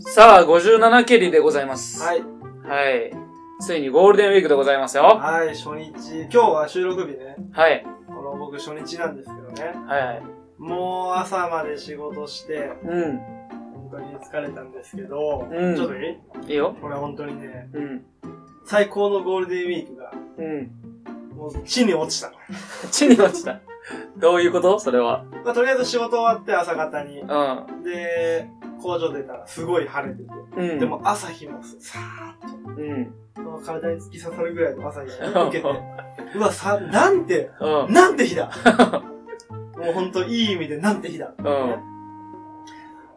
さあ、57蹴りでございます。はい。はい。ついにゴールデンウィークでございますよ。はい、初日。今日は収録日ね。はい。この僕初日なんですけどね。はい。もう朝まで仕事して、う本当に疲れたんですけど、うんちょっといいん。いいよ。これ本当にね、うん。最高のゴールデンウィークが、うん。もう地に落ちたの。地に落ちた。どういうことそれは。まあ、とりあえず仕事終わって朝方に。うで、工場出たらすごい晴れてて。ん。うん。で、も朝日もさーっうん。うん。ともう体に突き刺さるぐらいの朝日 が受けて。うわ、さ、なんて、うん。なんて 日だもうほんといい意味でなんて日だ。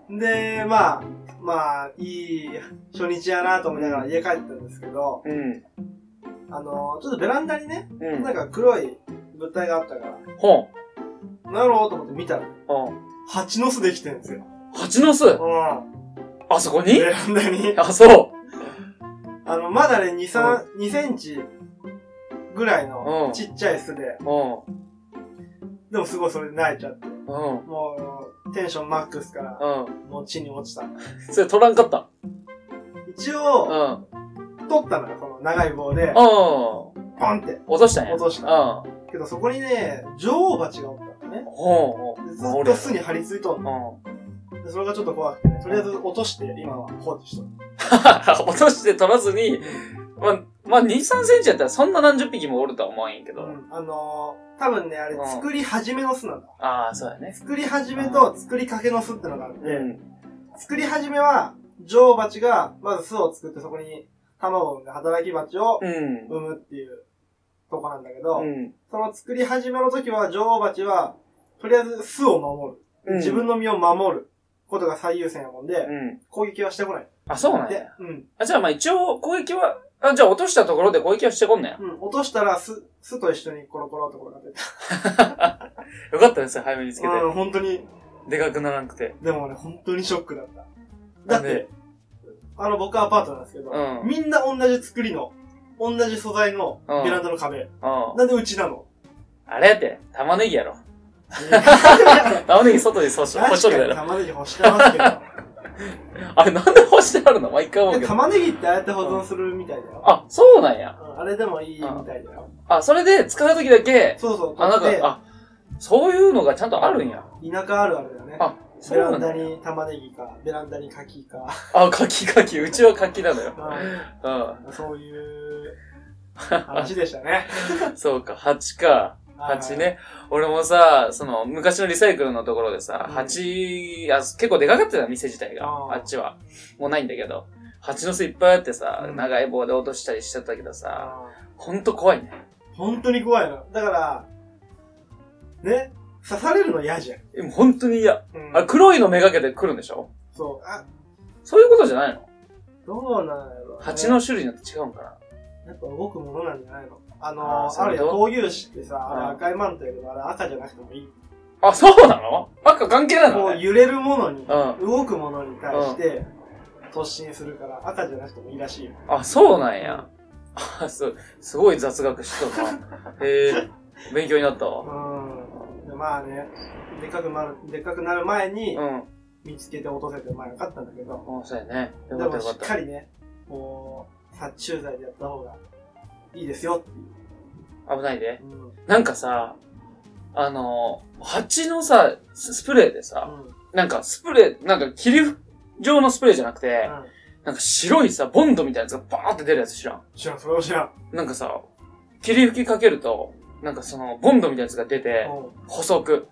うん。で、まあ、まあ、いい初日やなと思いながら家帰ったんですけど、うん。あの、ちょっとベランダにね、うなん。んか黒い物体があったから、本。なろうと思って見たら、うん。蜂の巣できてるんですよ。蜂の巣うん。あそこにベランダに。あ、そう。あの、まだね、2、3、2センチぐらいのうんちっちゃい巣で、うでもすごいそれで泣いちゃって、ん。うん。もう、テンションマックスから、うん。もう地に落ちた。それ取らんかった。一うん。応、うん。取ったのよ、この長い棒で、落ポンって。としたんや。落としたうん。けどそこにね、女王蜂がおったのね。ほう。でずっと巣に張り付いとんうの。ん。でそれがちょっと怖くてね、とりあえず落として、今は放置しとる。 落として取らずに、まあ、まあ、2、3センチやったらそんな何十匹もおるとは思わんやけど。あのー、多分ね、あれうん、作り始めの巣なんだ。ああ、そうやね。作り始めと作りかけの巣ってのがあって、うん。作り始めは、女王蜂が、まず巣を作ってそこに卵を産んで働き蜂をうん。産むっていうとこなんだけど、うん。その作り始めの時は女王蜂は、とりあえず巣を守る。自分の身を守ることが最優先やもんで、うん。攻撃はしてこない。あ、そうなんでや。、うん。あ、じゃあまあ一応攻撃は、あ、じゃあ落としたところで攻撃はしてこんねや。 うん。落としたら、す、すと一緒にコロコロって転がってた。よかったですよ、早めにつけて。うん、本当に。でかくならなくて。でもね、本当にショックだった。だなっんでて、あの、僕アパートなんですけど、うんみんな同じ作りの、同じ素材のうんベランダの壁。うん。なんでうちなのあれやって、玉ねぎやろ。確玉ねぎ外で干し干しとるかやにろ。玉ねぎ干してますけど。あれなんで干してあるの毎回思うでけど。玉ねぎってああやって保存するみたいだよ。あ、そうなんや。うんあれでもいいみたいだよ。あ、それで使うときだけ、そうそう。あ、なんか取っ、てあ、そういうのがちゃんとあるんや。田舎あるあるだよね。あ、そベうラなンんだダ。に玉ねぎか、ベランダに柿か。 あ、柿柿。うちは柿なのよ。ううんそういう話でしたね。ん。そうか、蜂か。蜂ね。俺もさ、その、昔のリサイクルのところでさ、うん蜂、あ、結構でかかってた、店自体が。ああーっちは。もうないんだけど。蜂の巣いっぱいあってさう、ん長い棒で落としたりしてたけどさ、あほんと怖いね。ー本当に怖いの。だから、ね、刺されるの嫌じゃん。えもう本当に嫌。うんあ、黒いのめがけて来るんでしょそう。あ、そういうことじゃないのどうなんやろ、ね。蜂の種類によって違うんかやっぱ動くものなんじゃないのあのあーあそういるうよ、こ闘牛士ってさ、あれ赤いマントやけど、あれ赤じゃなくてもいい。なあ、そうなの赤関係ないのこあうれ揺れるものに、うん。動くものに対して突進するから、赤じゃなくてもいいらしいよ。あ、そうなんや。あ、そう、すごい雑学しとるな。へえ、勉強になったわ。うん。でまあね、でっかくなる、でっかくなる前に、うん。あ見つけて落とせて、まあよかったんだけど、そうやね。でよかったよもしかっ。ったかりね、こう、殺虫剤でやった方がいいですよってい危ないで。う。うん。うん。なんかさ、あの、蜂のさ、ススプレーでさ、なんかスプレー、なんか霧状のスプレーじゃなくて、なんか白いさ、ボンドみたいなやつがバーって出るやつ知らん。知らん、それは知らん。なんかさ、霧吹きかけると、なんかその、ボンドみたいなやつが出て、おう細く、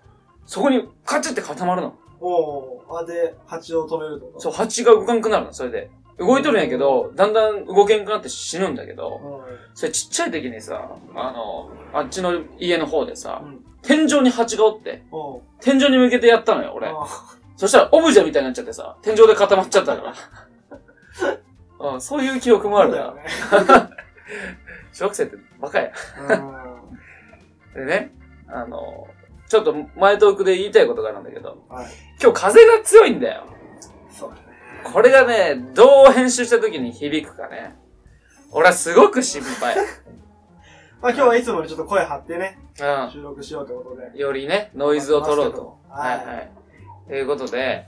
そこにカチッって固まるの。おうあ、で、蜂を止めるってことそう、蜂が動かんくなるの、それで。動いとるんやけど、だんだん動けんくなって死ぬんだけど、うそれちっちゃい時にさ、あの、あっちの家の方でさ、ん。うん。天井に蜂がおって、おう天井に向けてやったのよ、俺。あそしたらオブジェみたいになっちゃってさ、天井で固まっちゃった から。うん、そういう記憶もあそうるだなよ。ね。小学生ってバカや。うでん。ね、あの、ちょっと前トークで言いたいことがあるんだけど、はい。今日風が強いんだよ。そうだね。これがね、どう編集した時に響くかね。俺はすごく心配。まあ今日はいつもよりちょっと声張ってね、う収録しようってことで。ん。よりね、ノイズを取ろうと。ははいいは。はいい。ということで、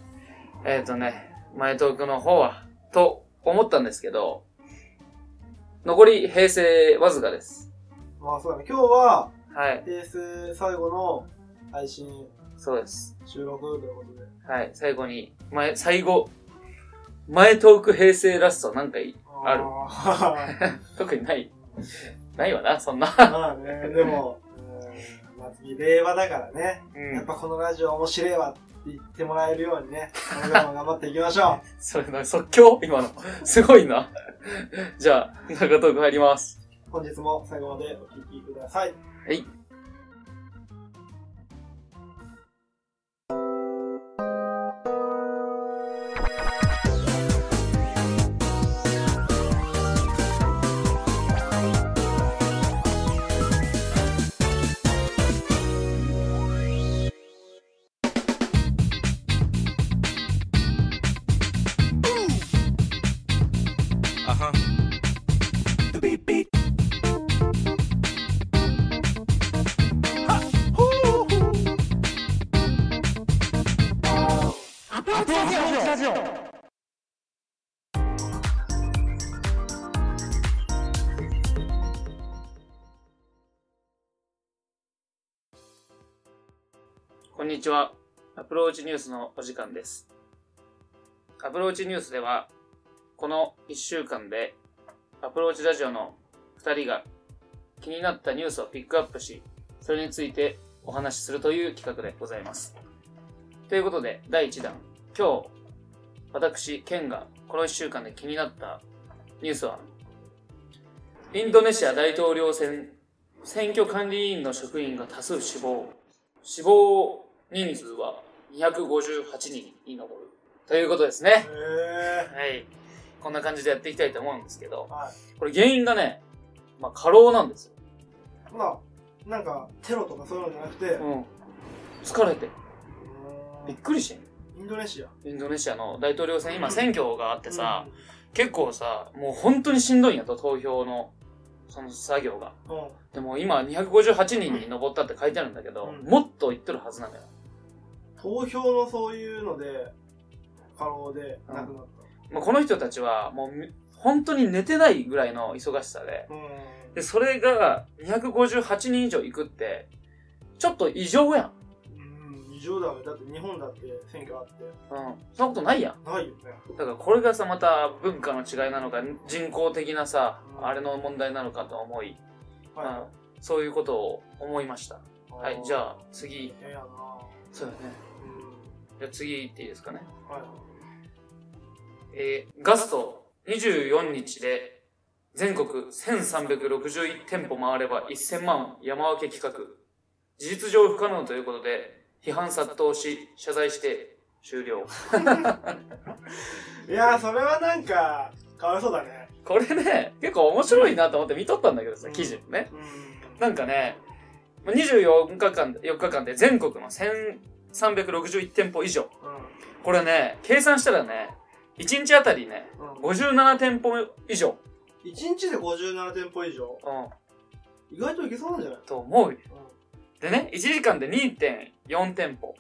えっ、とね、前トークの方は、と思ったんですけど、残り平成わずかです。まあそうだね。今日は、はい、平成最後の配信そうです。収録ということで。はい、最後に、前、最後、前トーク平成ラストなんかいいあるる。特にない。ないわな、そんな。まあね、でも、うん、まあ次、令和だからね。うんやっぱこのラジオ面白いわって言ってもらえるようにね、これからも頑張っていきましょそれな、即興今の。すごいな。じゃあ、中トーク入ります。 う。本日も最後までお聴きください。はい。 Uh-huh. The beat beat. Ha! こんにちは。アプローチニュースのお時間です。アプローチニュースでは、この1週間で、アプローチラジオの2人が気になったニュースをピックアップし、それについてお話しするという企画でございます。ということで、第1弾。今日、私、ケンがこの1週間で気になったニュースは、インドネシア大統領選、選挙管理委員の職員が多数死亡。死亡人数は258人に上る。ということですね。へはい。こんな感じでやっていきたいと思うんですけどー。、はこれ原因がね、まあ過労なんですよ。い。まあ、なんか、テロとかそういうのじゃなくて、うん。疲れて。うびっんくりしてんインドネシア。インドネシアの大統領選、今選挙があってさう、結構さ、もう本当にしんどいんやと、投票の、その作業が。ん、うん。でも今258人に上ったって書いてあるんだけど、うんもっといってるはずなのよ。投票のそういうので、過労で亡くなっまあ、この人たちはもうみ本当に寝てないぐらいの忙しさで、た。うん。で、それが258人以上行くって、ちょっと異常やん。うん、異常だよね。だって日本だって選挙あって、うん。そんなことないやん。ないよね。だからこれがさ、また文化の違いなのか、人工的なさ、あれの問題なのかと思い、まあはそういうことを思いました。い。はい、じゃあ次。ええやなそうだね。うじゃあ次行っていいですかね。ん。はい。えーガスト24日で全国1361店舗回れば1000万山分け企画。事実上不可能ということで、批判殺到し、謝罪して終了。いやー、それはなんか、かわいそうだね。これね、結構面白いなと思って見とったんだけどさ、記事もね。うん。なんかね、24日間で、4日間で全国の1361店舗以上。これね、計算したらね、1日あたりね、うん。 57店舗以上。一日で57店舗以上うん、意外といけそうなんじゃないと思うよでね、1時間で2.4店舗。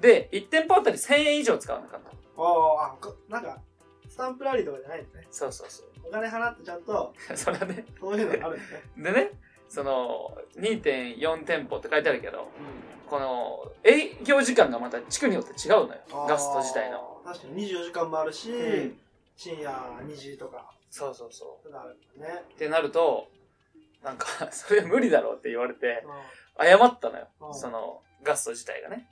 で、1店舗あたり1000円以上使わなかった。ああ、こなんか、スタンプラリーとかじゃないんですね。そうそうそお金払ってちゃんと、う。 それはね。そういうのがあるんですね。でね、その、2.4店舗って書いてあるけど、うん。この、営業時間がまた地区によって違うのよ。ガスト自体の。。確かに24時間もあるし、うん深夜2時とか、そうそうそそういうのあるんだねう。。ってなると、なんか、 それ無理だろうって言われてう、ん謝ったのよう。んその、ガスト自体がね。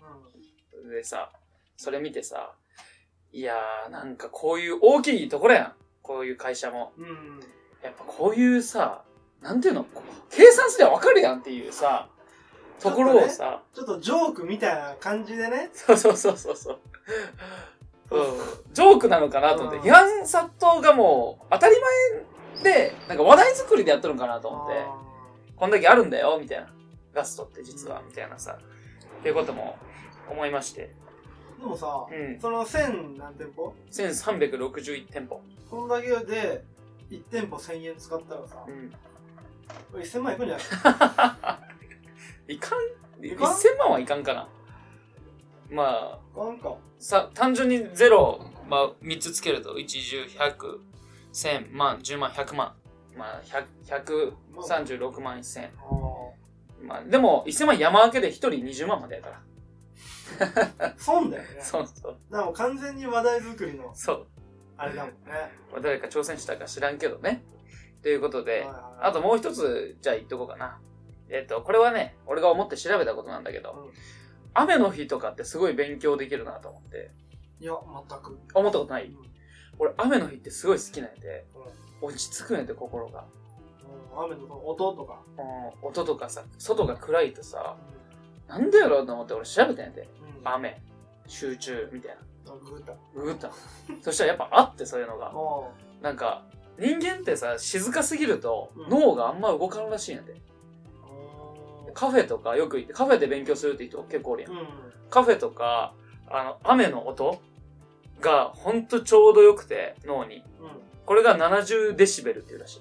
でさ、それ見てさ、いやー、なんかこういう大きいところやん。こういう会社も。うん。うん。やっぱこういうさ、なんていうの、こう計算すりゃわかるやんっていうさ、ところをさ、ちょっとジョークみたいな感じでね。そうそうそうそうそう。うん、ジョークなのかなと思っうんて、批判殺到がもう当たり前で、なんか話題作りでやっとるんかなと思って、こんだけあるんだよ、みたいな。ガストって実は、みたいなさ、っていうことも思いまして。あーでもさう、ん。その1000何店舗1361店舗。こんだけで、1店舗1000円使ったらさう、ん。 1000万いくんじゃないいかん、いかん1000万はいかんかな。まあ、なんか。さ、単純にゼロまあ、3つつけると、1、10、100、1000、万、10万、100万。まあ、100 136万1000。まあ、でも、1000万山分けで1人20万までやから。損だよね。そうそう。だからもう完全に話題作りの、そう。あれだもんね。まあ誰か挑戦したか知らんけどね。ということで、ああともう一つ、じゃあ言っとこうかな。えっと、これはね、俺が思って調べたことなんだけど、うん雨の日とかってすごい勉強できるなと思って、いや、全く。思ったことなういん俺、雨の日ってすごい好きなんやで、うん落ち着くんやで、心が。うん雨の音とか。うん、音とかさ、外が暗いとさう、んなんでやろうと思って俺調べたんやで。うん雨、集中、みたいな。グータ。ググった。 そしたらやっぱあって、そういうのが。おうなんか、人間ってさ、静かすぎるとうん、脳があんま動かんらしいんやで。カフェとかよく行って、カフェで勉強するって人結構おるやんう。ん。カフェとか、あの、雨の音がほんとちょうどよくて、脳に。うん。これが70デシベルっていうらしい。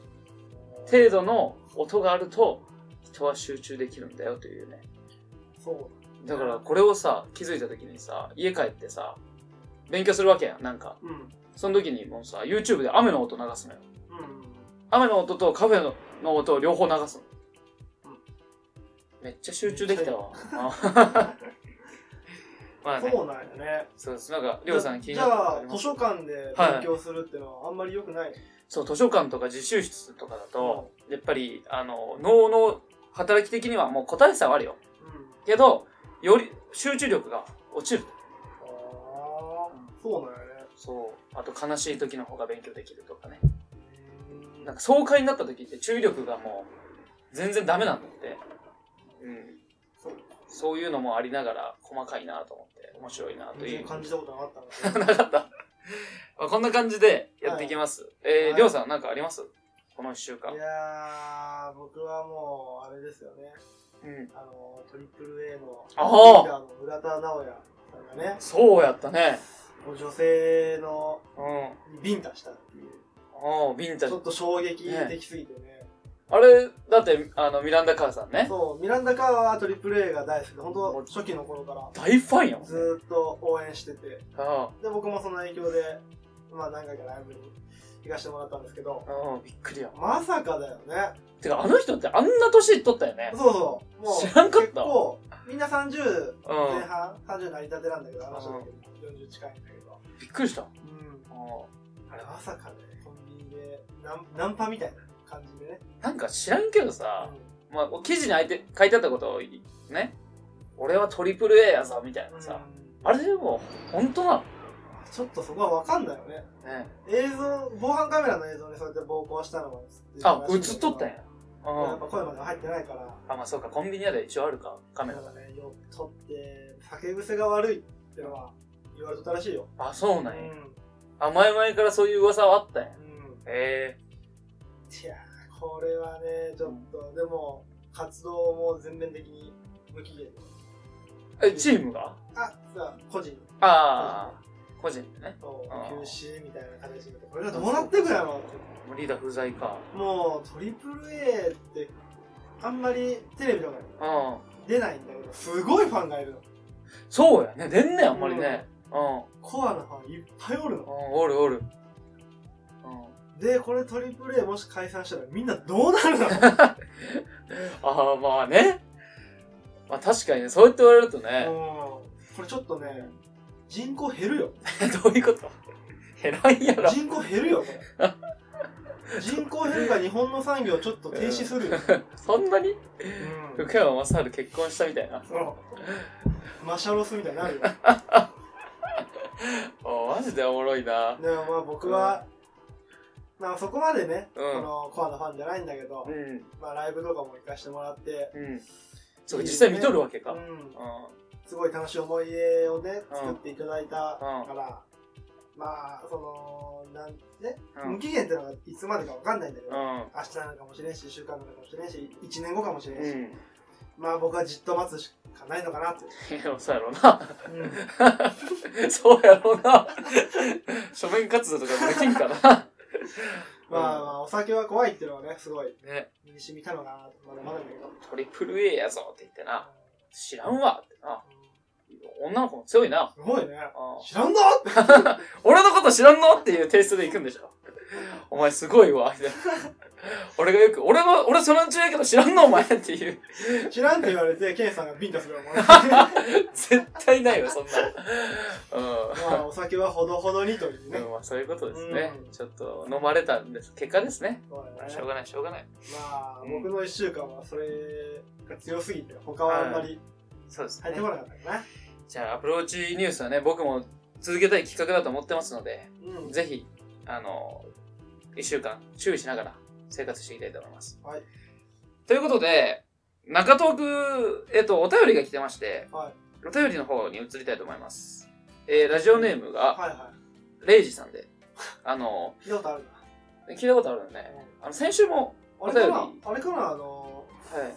程度の音があると、人は集中できるんだよというね。そうだからこれをさ、気づいた時にさ、家帰ってさ、勉強するわけやん、なんか。だ。うん。その時にもうさ、YouTube で雨の音流すのよ。うん。雨の音とカフェのの音を両方流すの。めっちゃ集中できたわ。 まあね。そうなんやね。そうです。なんか、りょうさん気にじなったことゃああり、ま図す書館で勉強するってのはあんまり良くない。そう、図書館とか自習室とかだと、やっぱり、あの、脳の働き的にはもう答えさはあるよ。うん。けど、より集中力が落ちる。あーそうなんやね。そう。あと、悲しい時の方が勉強できるとかね。うんなんか、爽快になった時って注意力がもう、全然ダメなんだって。うん。そうそういうのもありながら、細かいなと思って、面白いなと別いにう。感じたことなかったので。なかった。 まあこんな感じでやっていきます。えはー、いりょうさんなんかありますこの一週間い。やー、僕はもう、あれですよね。うん。あの、トリプル A の、あーリーダーの村田直也さんがね、そうやったね。こう女性の、うん。ビンタしたっていう。おー、ビンタちょっと衝撃的すぎてね。あれ、だって、あの、ミランダ母さんね。そう、ミランダ・カーはトリプル A が大好きで、本当初期の頃から大ファンやもん。ずーっと応援してて、で、あ僕もその影響で、まあ何回かライブに行かせてもらったんですけど、あ、うん、びっくりやわ。まさかだよね。てか、あの人ってあんな年いっとったよね。そうそう。もう知らんかった結構、みんな30う前ん。半、30成り立てなんだけど、あの人だけ40近いんだけど。びっくりした。うん。うんあれまさかね、コンビニでナンナンパみたいな感じでね。なんか知らんけどさ、うまあ、記事に書いて書いてあったことを、ね。俺はトリプル A やぞ、みたいんなさ。うんあれでも、本当なちょっとそこはわかんないよね。のね。映像、防犯カメラの映像にそうやって暴行したのもあ、映っとったんや。うやっん。ぱ声までは入ってないから、あ、まあそうか、コンビニやで一応あるか、カカメラが。ね、よく撮って、酒癖が悪いってのは言われてたらしいよ。あ、そううなんん。や。あ、前々からそういう噂はあったんや。うん。へいやー、これはね、ちょっと、でも、活動も全面的に無期限。え。え、チームがあ、さあ、個人ああ、個人でね。とあ休ー止みたいな形で、これがどうなってくやろもうリーダー不在か。うもう、トリプル A って、あんまりテレビとかにうん。出ないんだけど、すごいファンがいるの。そうやね。出んねあんまりね。うん。うん、コアなファンいっぱいおるの。おるおる。うん。で、これトリプル A もし解散したらみんなどうなるのああ、まあね。まあ確かにね、そうやって言われるとね。もう、これちょっとね、人口減るよ。 どういうこと減らんやろ。人口減るよ、これ。人口減るが日本の産業ちょっと停止 するよ。 そんなにうん。福山雅治結婚したみたいな。そう。マシャロスみたいになるよ。ねああ、マジでおもろいな。まあ僕は、まあそこまでね、うんこのコアなファンじゃないんだけどう、ん。まあライブとかも行かしてもらって、うん。そうか、実際見とるわけか。ううん。ん、すごい楽しい思い出をね、作っていただいたから、まあ、その、なんね、うん。う無期限ってのがいつまでかわかんないんだけど、ん。明日なのかもしれんし、1週間なのかもしれんし、1年後かもしれんうし、ん。まあ僕はじっと待つしかないのかなって。いやそうやろうな。う んそうやろうな。書面活動とかできんかな。 まあまあ、お酒は怖いっていうのはね、すごいね、身に染みたのかなと、まだまだだけど。トリプル A やぞって言ってな。知らんわってな。女の子も強いな。すごいね。うん知らんなって。俺のこと知らんのっていうテイストで行くんでしょ。お前すごいわ、 みたいな。俺がよく、俺の、俺そのうちやけど知らんのお前っていう。知らんって言われて、ケンさんがビンタするわ、も うま絶対ないわ、そんなの。うん。あ、お酒はほどほどにというねう。んまあ、そういうことですね、うんちょっと飲まれたんです結果ですねそうだねしょうがないしょうがないまあ、うん僕の一週間はそれが強すぎて、他はあんまりそうです入っねてこなかったかな。じゃあアプローチニュースはね僕も続けたい企画だと思ってますのでうん。ぜひあの1週間注意しながら生活していきたいと思います、はい、ということで中東区、えっと、お便りが来てまして、はいお便りの方に移りたいと思います、えー、ラジオネームがはいはレイジさんであのい。聞いたことあるな。聞いたことあるよねあの先週もあれかおな便りあれかなあの、はい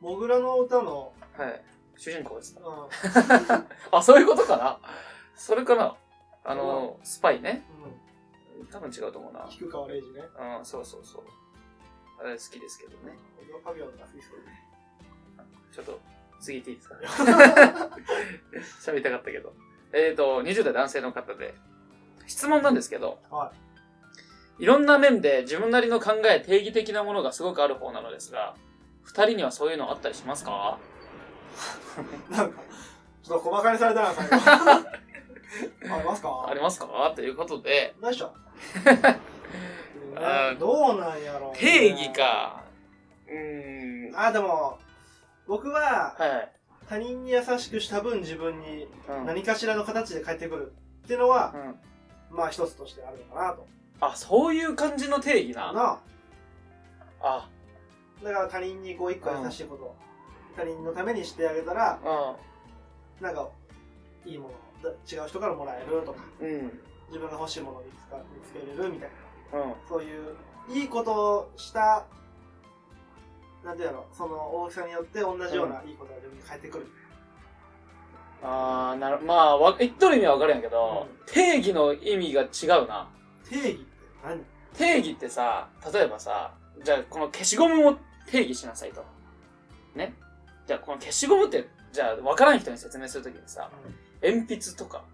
モグラの歌の、はい主人公ですか うん、あ、そういうことかなそれかなあの、スパイね。う、。多分違うと思うなん菊川レイジね。うん、そうそうそう。あれ好きですけどね。僕はパビオンが好きそうでちょっと、次行っていい ですか喋りたかったけど。えっ、ー、と、20代男性の方で、質問なんですけど、。はいろんな面で自分なりの考え、定義的なものがすごくある方なのですが、二人にはそういうのあったりしますかす。なんか、ちょっと小馬鹿にされたな、最 後。ありますかありますかということで、ない っしょ。ねあーどうなんやろうね定義。か。うーん。あー、でも、僕ははい。他人に優しくした分自分にうん何かしらの形で返ってくるっていうのはう、んまあ一つとしてあるのかなと。あ、そういう感じの定義な。なあ、あだから他人にこう一個優しいことを、他人のためにしてあげたら、なんか、いいもの、だ違う人からもらえるとか、うん。うん。自分が欲しいものを見つか見つけれるみたいな。うん。そういう、いいことをした、なんていうの、その大きさによって同じようないいことが自分に返ってくる。あー、なる、まあ、わ言っとる意味はわかるんやけど、定義の意味が違うな。定義って何定義ってさ、例えばさ、じゃあこの消しゴムを定義しなさいと。ね。じゃあこの消しゴムって、じゃあわからん人に説明するときにさ、鉛筆とか、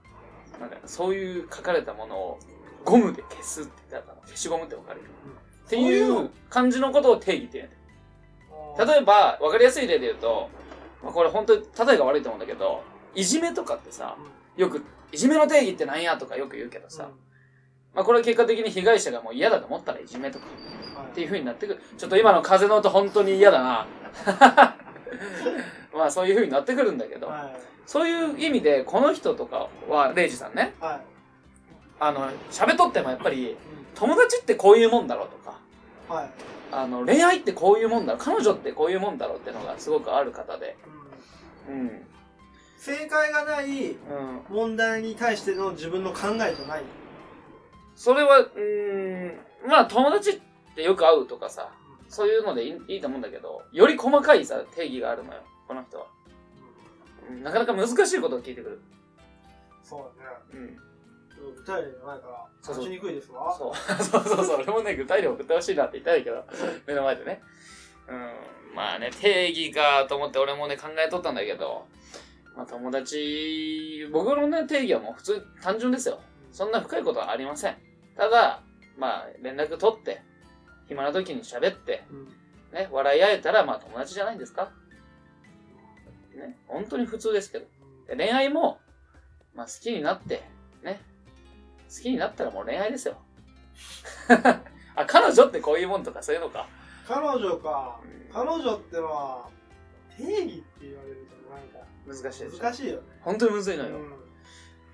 なんかそういう書かれたものをゴムで消すって言ったら、消しゴムってわかるよ。うんっていう感じのことを定義って言うんやえ例えば、わかりやすい例で言うと、まあ、これ本当に例えが悪いと思うんだけど、いじめとかってさ、よく、いじめの定義ってなんやとかよく言うけどさ、まあこれは結果的に被害者がもう嫌だと思ったらいじめとかっていう風になってくる。ちょっと今の風の音本当に嫌だな。 まあそういう風になってくるんだけど、はい。そういう意味で、この人とかは、レイジさんね、はい。あの、喋っとってもやっぱり、う友達ってこういうもんだろうとか、んはい。あの、恋愛ってこういうもんだろう、彼女ってこういうもんだろうってのがすごくある方で、うんうん。正解がないうん。問題に対しての自分の考えじゃない。それは、うーん、まあ友達ってよく会うとかさ、そういうのでいいいいと思うんだけど、より細かいさ、定義があるのよ、この人は。うんなかなか難しいことを聞いてくる。そうだね。うん。具体例じゃないから、そうそう立ちにくいですわ。そう。 そうそうそう。俺もね、具体例送ってほしいなって言ったんだけど、目の前でね。うん。まあね、定義かと思って俺もね、考えとったんだけど、まあ友達、僕のね、定義はもう普通に単純ですよ。そんな深いことはありません。ただ、まあ、連絡取って、暇な時に喋って、うんね、笑い合えたら、まあ友達じゃないですか。ね、本当に普通ですけど。で恋愛も、まあ好きになって、ね。好きになったらもう恋愛ですよ。 あ、彼女ってこういうもんとかそういうのか。彼女か。うん彼女ってのは、定義って言われるとなんか、難しいでしょ難。しいよね。本当にむずいのうよ。ん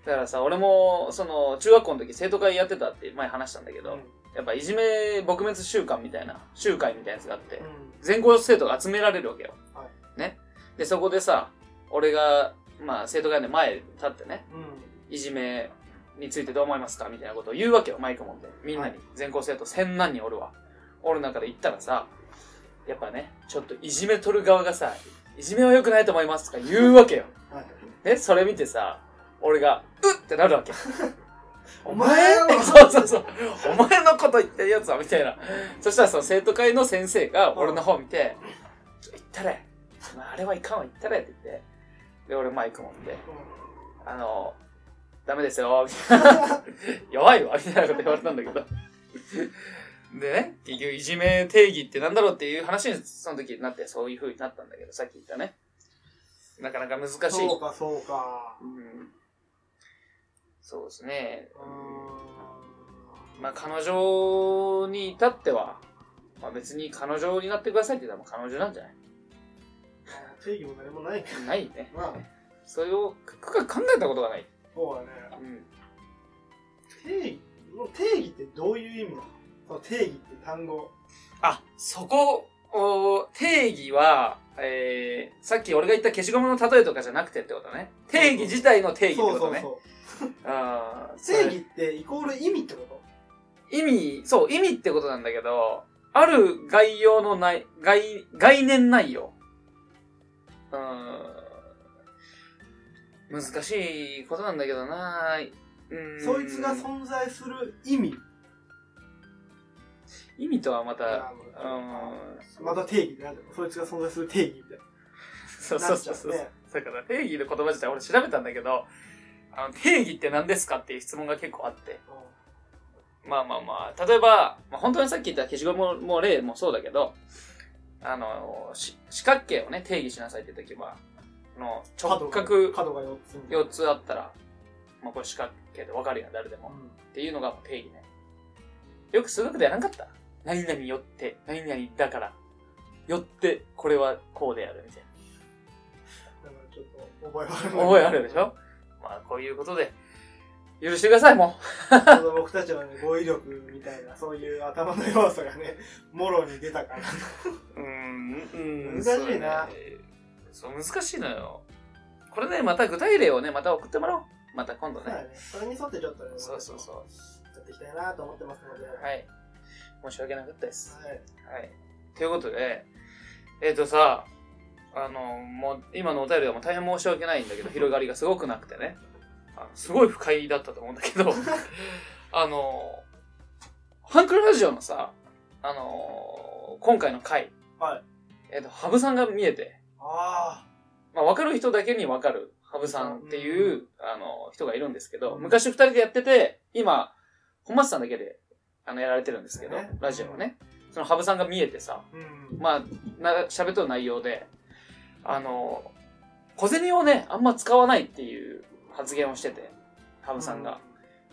だからさ、俺も、その、中学校の時生徒会やってたって前話したんだけど、やっぱいじめ撲滅週間みたいな、集会みたいなやつがあって、全校生徒が集められるわけよ。はね。で、そこでさ、俺が、まあ、生徒会の前に立ってね、うん。うん。いじめについてどう思いますかみたいなことを言うわけよ、マイク持って。みんなに。は全校生徒千何人おるわ。おる中で言ったらさ、やっぱね、ちょっといじめ取る側がさ、いじめは良くないと思いますとか言うわけよ。はい。ね、それ見てさ、俺が、うっってなるわ け。お前 そうそうそう。お前のこと言ってるやつは、みたいな。そしたらその生徒会の先生が俺の方を見て、ちょ、言ったれ。まああれはいかんわ、言ったれって言って、で、俺マイク持って、うあの、ダメですよ、みたいな。 弱いわ、みたいなこと言われたんだけど。でね、結局いじめ定義ってなんだろうっていう話にその時になって、そういう風になったんだけど、さっき言ったね。なかなか難しい。んそうか、そうか。うんそうですね。うーん。まあ、彼女に至っては、まあ別に彼女になってくださいって言ったらもう彼女なんじゃない定義も何もないけないね。どな。それを深く考えたことがない。そうだね。うん。定義、の定義ってどういう意味なのその定義って単語。あ、そこ、お定義は、えー、さっき俺が言った消しゴムの例えとかじゃなくてってことね。定義自体の定義ってそうこそとうね。そあーう。それ定義ってイコール意味ってこ意味、そう、意味ってことなんだけど、ある概要のない、概、概念内容。うーん。難しいことなんだけどなうーとん。そいつが存在する意味意味とはまた、うーん。また定義ってなるじゃんそいつが存在する定義みたいそうな。そうなっちそゃうそうう。ね。だから定義の言葉自体俺調べたんだけど、あの定義って何ですかっていう質問が結構あって。まあまあまあ、例えば、まあ、本当にさっき言った消しゴムも例もそうだけど、あの、し四角形をね、定義しなさいって時は、あの直角角が4つみたいな4つあったら、まあこれ四角形でわかるやん、誰でうも。んっていうのが定義ね。よく数学でやらなかった何々よって、何々だから、よってこれはこうであるみたいな。だからちょっと覚えはある覚えあるでしょまあこういうことで、許してください、もう。ちょうど僕たちはね、語彙力みたいな、そういう頭の要素がね、もろに出たから。うーん、うん難しいなそう,、そう、難しいのよ。これね、また具体例をね、また送ってもらおう。また今度そうね。 だね。それに沿ってちょっとね、そうそうそうやっていきたいなと思ってますので。はい。はい。申し訳なかったです。はい。ということで、えっ、とさ、あの、もう、今のお便りはもう大変申し訳ないんだけど、広がりがすごくなくてね。あのすごい不快だったと思うんだ けど、あの、ハンクルラジオのさ、あの、今回の回、はいえっ、と、羽生さんが見えて、あまあ、わかる人だけにわかる、ハブさんっていう、うあの、人がいるんですけど、うん昔二人でやってて、今、本松さんだけで、あの、やられてるんですけど、ねラジオをね。そのハブさんが見えてさ、あ。うん。まあ、な喋っとる内容で、あの、小銭をね、あんま使わないっていう発言をしてて、ハブさんが。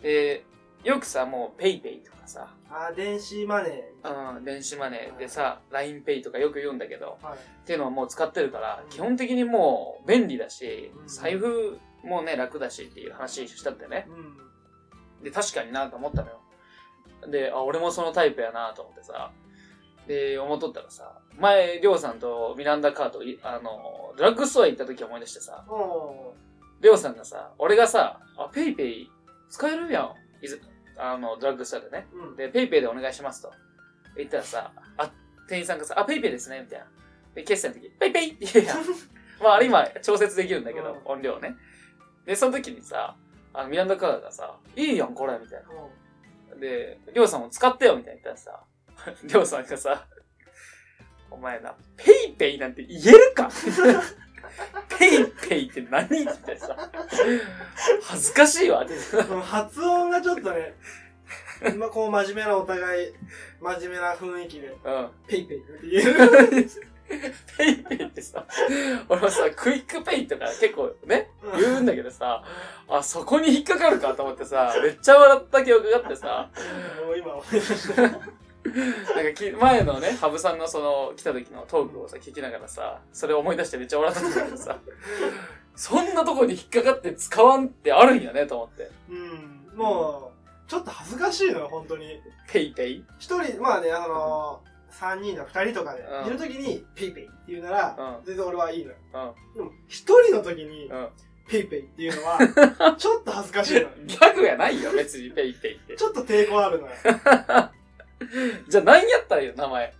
で、よくさ、もう、ペイペイとかさ、うん。あー、電子マネー。うん、電子マネーでさ、LINEPay とかよく言うんだけど、はい。っていうのはもう使ってるからうん、基本的にもう便利だしう、ん財布もね、楽だしっていう話したってね。うん。で、確かになと思ったのよ。で、あ、俺もそのタイプやなと思ってさ。で、思っとったらさ、前、りょうさんとミランダカート、いあの、ドラッグストア行った時思い出してさ、おりょうさんがさ、俺がさ、あ、ペイペイ使えるやん。いずあの、ドラッグストアでね。ー。うん。で、ペイペイでお願いしますと。言ったらさ、あ、店員さんがさ、あ、ペイペイですね、みたいな。で、決済の時、ペイペイって言うやん。まあ、あれ今、調節できるんだけど、う音量ね。で、その時にさ、あの、ミランダカーがさ、いいやん、これ、みたいうな。んで、りょうさんも使ってよ、みたいな言ったらさ、りょうさんがさ、お前な、ペイペイなんて言えるか ペイペイって何って言ってさ、恥ずかしいわ、って。この発音がちょっとね、今こう真面目なお互い、真面目な雰囲気で、うん。 ペイペイって言える。ペイペイってさ、俺はさ、クイックペイとか結構ね、言うんだけどさ、あ、そこに引っかかるかと思ってさ、めっちゃ笑った記憶があってさ、もう今思い出した。なんかき前のね、羽生さんのその、来た時のトークをさ、聞きながらさ、それを思い出してめっちゃ笑ったんだけどさ、そんなとこに引っかかって使わんってあるんやね、と思って。うん。もう、ちょっと恥ずかしいのよ、本当に。ペイペイ一人、まあね、あのー、三人の二人とかでうんいるときに、ペイペイって言うなら、うん全然俺はいいのよ。うでも、一人のときにん。、うん。ペイペイっていう のは、ちょっと恥ずかしいのよ。ギャグやないよ、別にペイペイって。ちょっと抵抗あるのよ。うんじゃあ何やったらいいの、名前。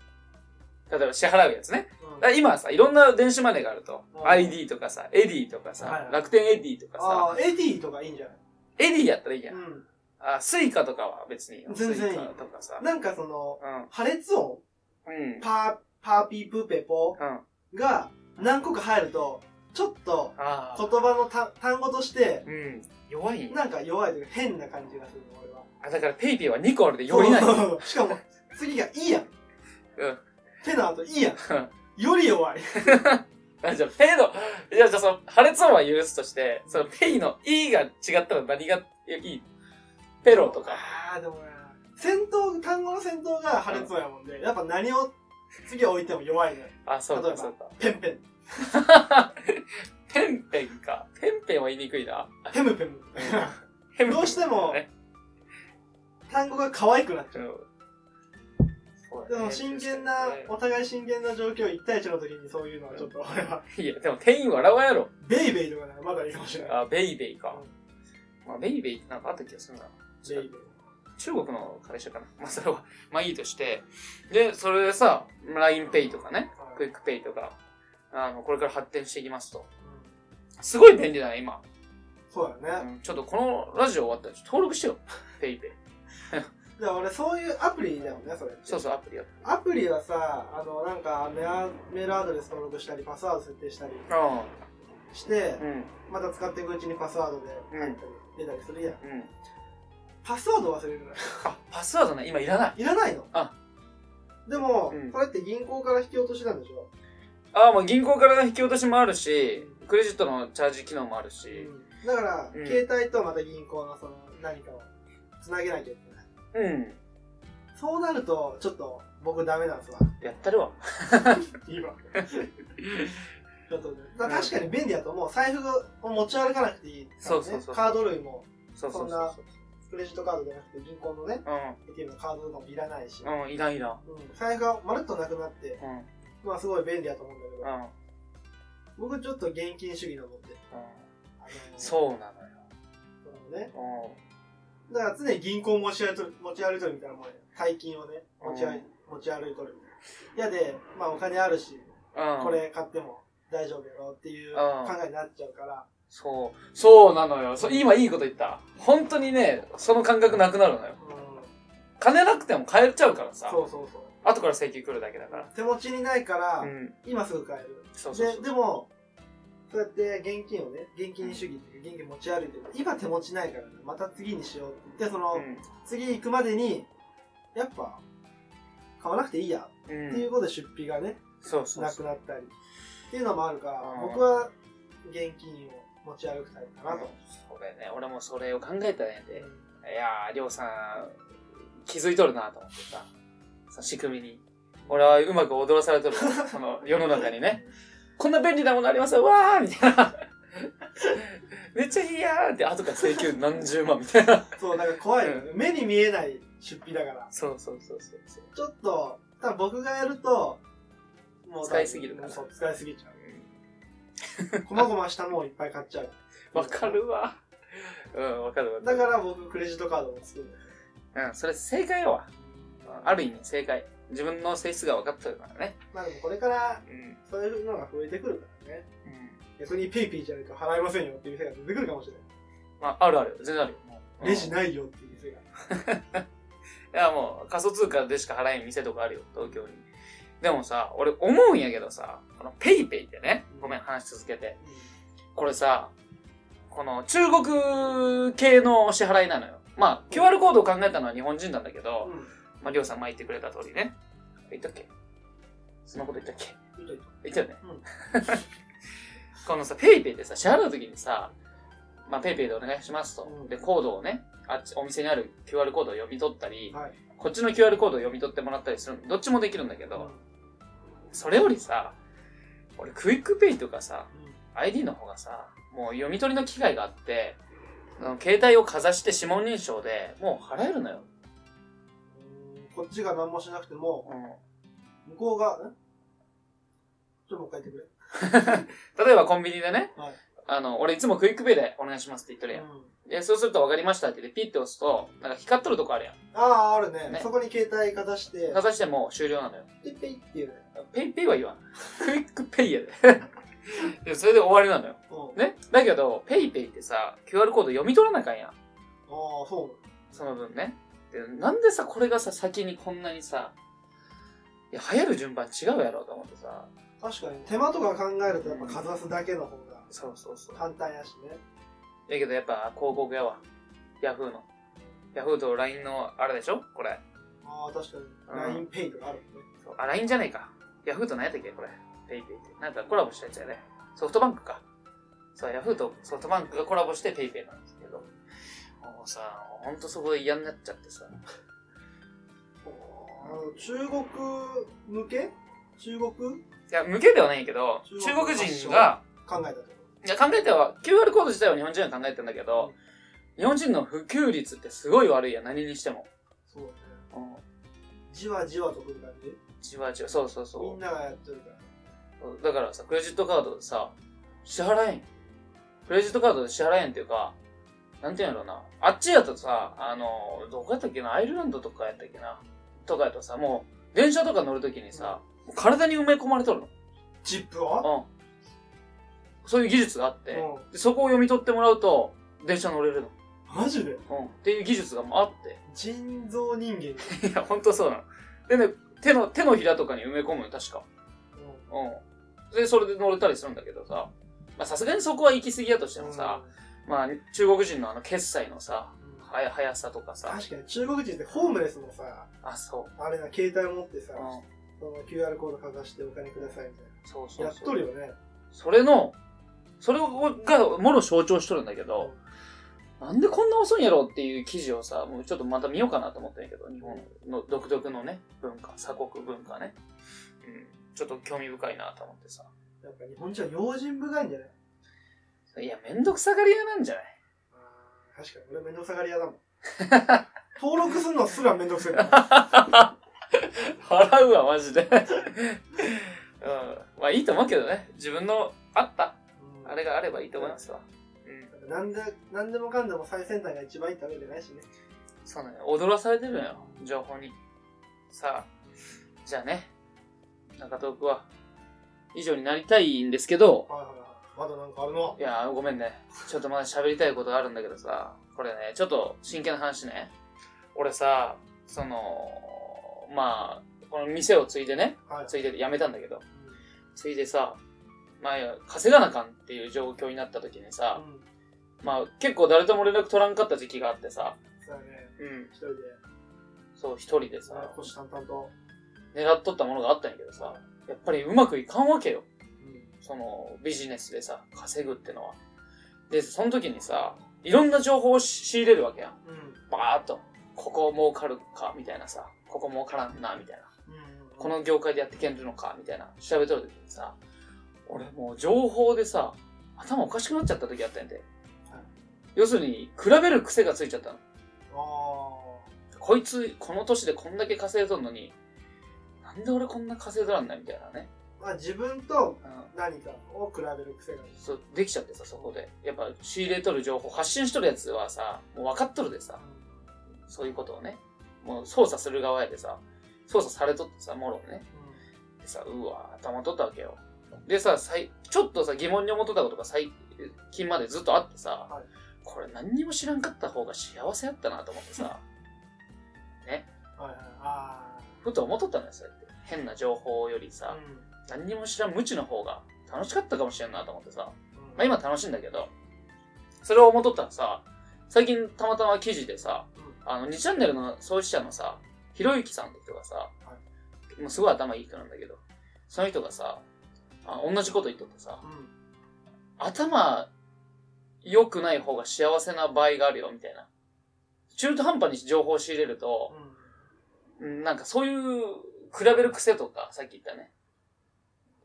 例えば支払うやつね。だから今はさ、いろんな電子マネーがあるとう。ん ID とかさ、エディとかはいさは、い楽天エディとかさ、ああ、エディとかいいんじゃないエディやったらいいやん。うあ、スイカとかは別にいいよ。ス全イカ然いいとかさん。。なんかその、うん。破裂音、うん。パー、パーピープーペポうん。が何個か入ると、ちょっとあ言葉のた単語としてー。うん。弱いなんか弱いというか変な感じがするの俺はあ、だからペイペイは2個あるでよりない。そうしかも次が「いいやん」うん手の後いいやんん」より弱いあじゃあ、ペイの、いや、じゃあその、破裂音は許すとして、その、ペイの E が違ったら何がいいペロとか。ああでもな戦闘単語の戦闘が破裂音やもんでやっぱ何を次置いても弱いのよあ、そう例か、えばそうか。ペンペン ペンペンか。ペンペンは言いにくいな。ヘムペムヘムどうしてもね単語が可愛くなっちゃうんそううだでねも真剣な確かお互い真剣な状況1対1の時にそういうのはちょっ と俺はにねいや、でも店員笑わんやろ。ベイベイとかならまだいいかもしれないあ、ベイベイか。まあ、ベイベイってなんかあった気がするな。ベイベイ中国の会社かな。 まあ、それは、まあいいとして。で、それでさ、LINEPay とかね、クイックペイとか、あの、これから発展していきますと。うんすごい便利だね、今。そうだうねんちょっとこのラジオ終わったら、ちょっと登録してよ。ペイペイ。だから俺そういうアプリだよねそれそうそう、アプリや。アプリはさあのなんかメアメールアドレス登録したりパスワード設定したりあしてうん。うん。また使っていくうちにパスワードで入ったり出たりするやんうん。パスワード忘れるのよあ、パスワードね、今いらない。いらないのあでも、うんこれって銀行から引き落としなんでしょ、ああ、まあ銀行からの引き落としもあるし、クレジットのチャージ機能もあるし。だから、うん携帯とまた銀行のその何かをつなげなきゃいけないうん。そうなるとちょっと僕ダメなんですわやったるわ。いいわ ちょっとねだから確かに便利だと思う財布を持ち歩かなくていいからねそうそうそうカード類もそうそうそんなそうクレジットカードじゃなくて銀行のねそう。 ATM のカードとかもいらないし、うん。うん、いらんいらん。うん財布がまるっとなくなってうん。まあすごい便利だと思うんだけどうん。うん。僕ちょっと現金主義なもんで、あのそうなのそのねよ。だから常に銀行を持ち歩いとる持ち歩いとるみたいなもんや大金をね持ち,、うん持ち歩いとるみたいなやでまあお金あるし、うん。うん。こ。れ買っても大丈夫やろっていう考えになっちゃうから、そう。そうなのよ。そう今いいこと言った。本当にね、その感覚なくなるのよ。うん金なくても買えちゃうからさ。そうそうそう後から請求来るだけだか手持ちにないから、ら。うん。今すぐ買えるそうそうそでう。でもそうやって現金をね現金主義っていうか現金持ち歩いてる今手持ちないから、ね、また次にしようって言ってその、うん。次行くまでにやっぱ買わなくていいやうんっていうことで出費がね、そうそうなそくう。なったりっていうのもあるからうん僕は現金を持ち歩くタイプかな と、そうだよね。俺もそれを考えたらね。うんいやー、りょうさん、気づいとるなと思ってさ、その仕組みに。俺はうまく踊らされとる わその世の中にね。こんな便利なものありますよ、わーみたい な。めっちゃいいやーって、後から請求何十万みたいな。そうなんか怖いよね、目に見えない出費だからそうそうそうそうそう。ちょっと多分僕がやるとも使いすぎるからそう使いすぎちゃうこまごましたもんいっぱい買っちゃう わかるわ。うん、わかるわだかから僕クレジットカードも作るる。うん、それ正解やわ。ある意味正解。自分の性質が分かってるからね。まあでもこれからうん。そういうのが増えてくるからねうん、逆にペイペイじゃないと払いませんよっていう店が出てくるかもしれないまあ、あるある。全然あるよ。うんレジないよっていう店がいや、もう、仮想通貨でしか払えん店とかあるよ、東京に。でもさ、俺思うんやけどさ、このペイペイってね、ごめん、話し続けて。これさ、この中国系の支払いなのよ。まあ、QR コードを考えたのは日本人なんだけど、うんまあ、りょうさん前言ってくれた通りね。言ったっけそんなこと言ったっけ見といて言ったよね。うん このさ、ペイペイでさ、支払うときにさ、まあ、ペイペイでお願いしますと。うんで、コードをね、あっち、お店にある QR コードを読み取ったり、はいこっちの QR コードを読み取ってもらったりするのどっちもできるんだけど、それよりさ、俺クイックペイとかさ、うん ID の方がさ、もう読み取りの機会があって、あの携帯をかざして指紋認証でもう払えるのよ。うんこっちが何もしなくても、う向こうが、んちょっともう一回言ってくん。例えばコンビニでね、はいあの、俺いつもクイックペイでお願いしますって言っとるれ。や。うんんで、そうすると分かりましたって言ってピッて押すと、なんか光っとるとこあるやん。ああ、あるねねそこに携帯かざしてか、ざしてもう終了なのよ。ピッピッっていうね。ペイペイは言 わん。クイックペイやで。でそれで終わりなのよ。うん。ね。だけど、ペイペイってさ、QR コード読み取らなあかんやん。ああ、そうその分ね。で、なんでさ、これがさ、先にこんなにさ、いや、流行る順番違うやろと思ってさ、確かに手間とか考えるとやっぱかざすだけの方がそうそうそう。簡単やしねやけどやっぱ広告やわ。ヤフーの。ヤフーと LINE のあれでしょこれ。ああ確かに LINEPay とかあるもんねそうあ、LINE じゃないか。ヤフーと何やったっけこれ。ペイペイって。なんかコラボしたやつやね。ソフトバンクか。そう、ヤフーとソフトバンクがコラボしてペイペイなんですけど。もうさ、ほんとそこで嫌になっちゃってさ。あの中国向け中国いや、向けではないけど、中中国国人が、考えたとこいや考えては、QR コード自体は日本人が考えてんだけど、日本人の普及率ってすごい悪いやん、何にしても。そうねうんじわじわとくる感じじわじわ、そうそうみそんながやってるからう。だからさ、クレジットカードでさ、支払えん。クレジットカードで支払えんっていうか、なんていうんやろうな。あっちやとさ、あの、どこやったっけな、アイルランドとかやったっけな、とかやとさ、もう、電車とか乗るときにさ、もう体に埋め込まれとるの。チップはうん。そういう技術があって、うでそこを読み取ってもらうと、電車乗れるの。んマジでうん。っていう技術がもうあって。人造人間いや、ほんとそうなの。でね、手の、手のひらとかに埋め込むの、確か。うん。で、それで乗れたりするんだけどさ、まあさすがにそこは行き過ぎやとしてもさ、まあ中国人のあの決済のさ、うんはや、速さとかさ、確かに中国人ってホームレスもさあ、そあれな携帯持ってさう。うん。その QR コードかざしてお金くださいみたいそうなそやうっそとう。るよねそれの、それが、もろ象徴しとるんだけど、なんでこんな遅いんやろっていう記事をさ、もうちょっとまた見ようかなと思ったんやけど、日本の独特のね、文化、鎖国文化ね。うん。ちょっと興味深いなと思ってさ。やっぱ日本人は用心深いんじゃないいや、めんどくさがり屋なんじゃない確かに俺めんどくさがり 屋だもん登録するのすらめんどくさいから払うわ、マジで。うん。まあいいと思うけどね。自分のあった、うんあれがあればいいと思いますわ。うん。なんでなんでもかんでも最先端が一番いいってわけじゃないしねそうね。踊らされてるのよ、情報に。さあ、じゃあね。中東区は、以上になりたいんですけど、はいはいはいまだなんかあるのいやーごめんね。ちょっとまだ喋りたいことあるんだけどさ、これね、ちょっと真剣な話ね。俺さ、その、まあ、この店を継いでね、はい継いで辞めたんだけど、ついでさ、まあ、稼がなあかんっていう状況になった時にうさ、んうんまあ、結構誰とも連絡取らんかった時期があってさ、そうだねうん、一人でそう、一人でさ、あ腰淡々と狙っとったものがあったんやけどさ、やっぱりうまくいかんわけよ。うんその、ビジネスでさ、稼ぐってのは。で、その時にさ、いろんな情報をし仕入れるわけやん。うんバーっと。ここ儲かるか、みたいなさ、ここ儲からんな、みたいな。うんこの業界でやっていけんのかみたいな調べとる時にさ俺もう情報でさ頭おかしくなっちゃった時あったんやで、はい要するに比べる癖がついちゃったのあこいつこの年でこんだけ稼いとんのになんで俺こんな稼いとらんないみたいなね、あまあ自分とうん、何かを比べる癖があるそうできちゃってさそこでやっぱ仕入れとる情報発信しとるやつはさもう分かっとるでさそういうことをねもう操作する側やでさ操作されとってさもろねうでさ、うわ、頭取ったわけよ。でさ、さいちょっとさ、疑問に思っとったことが最近までずっとあってさ、はいこれ何にも知らんかった方が幸せやったなと思って さ、んはいはいあふと思っとったんですよ、そうやって変な情報よりあさ、何にも知らん無知の方が楽しかったかもしれんなと思ってさ、まあ今今楽しいんだけど、それを思っとったらさ、最近たまたま記事でさ、あの、2チャンネルの創始者のさ、ひろゆきさんって人がさ、もうすごい頭いい人なんだけど、その人がさ、あ同じこと言っとってさ、うん頭良くない方が幸せな場合があるよ、みたいな。中途半端に情報を仕入れると、うんうんなんかそういう比べる癖とか、さっき言ったね。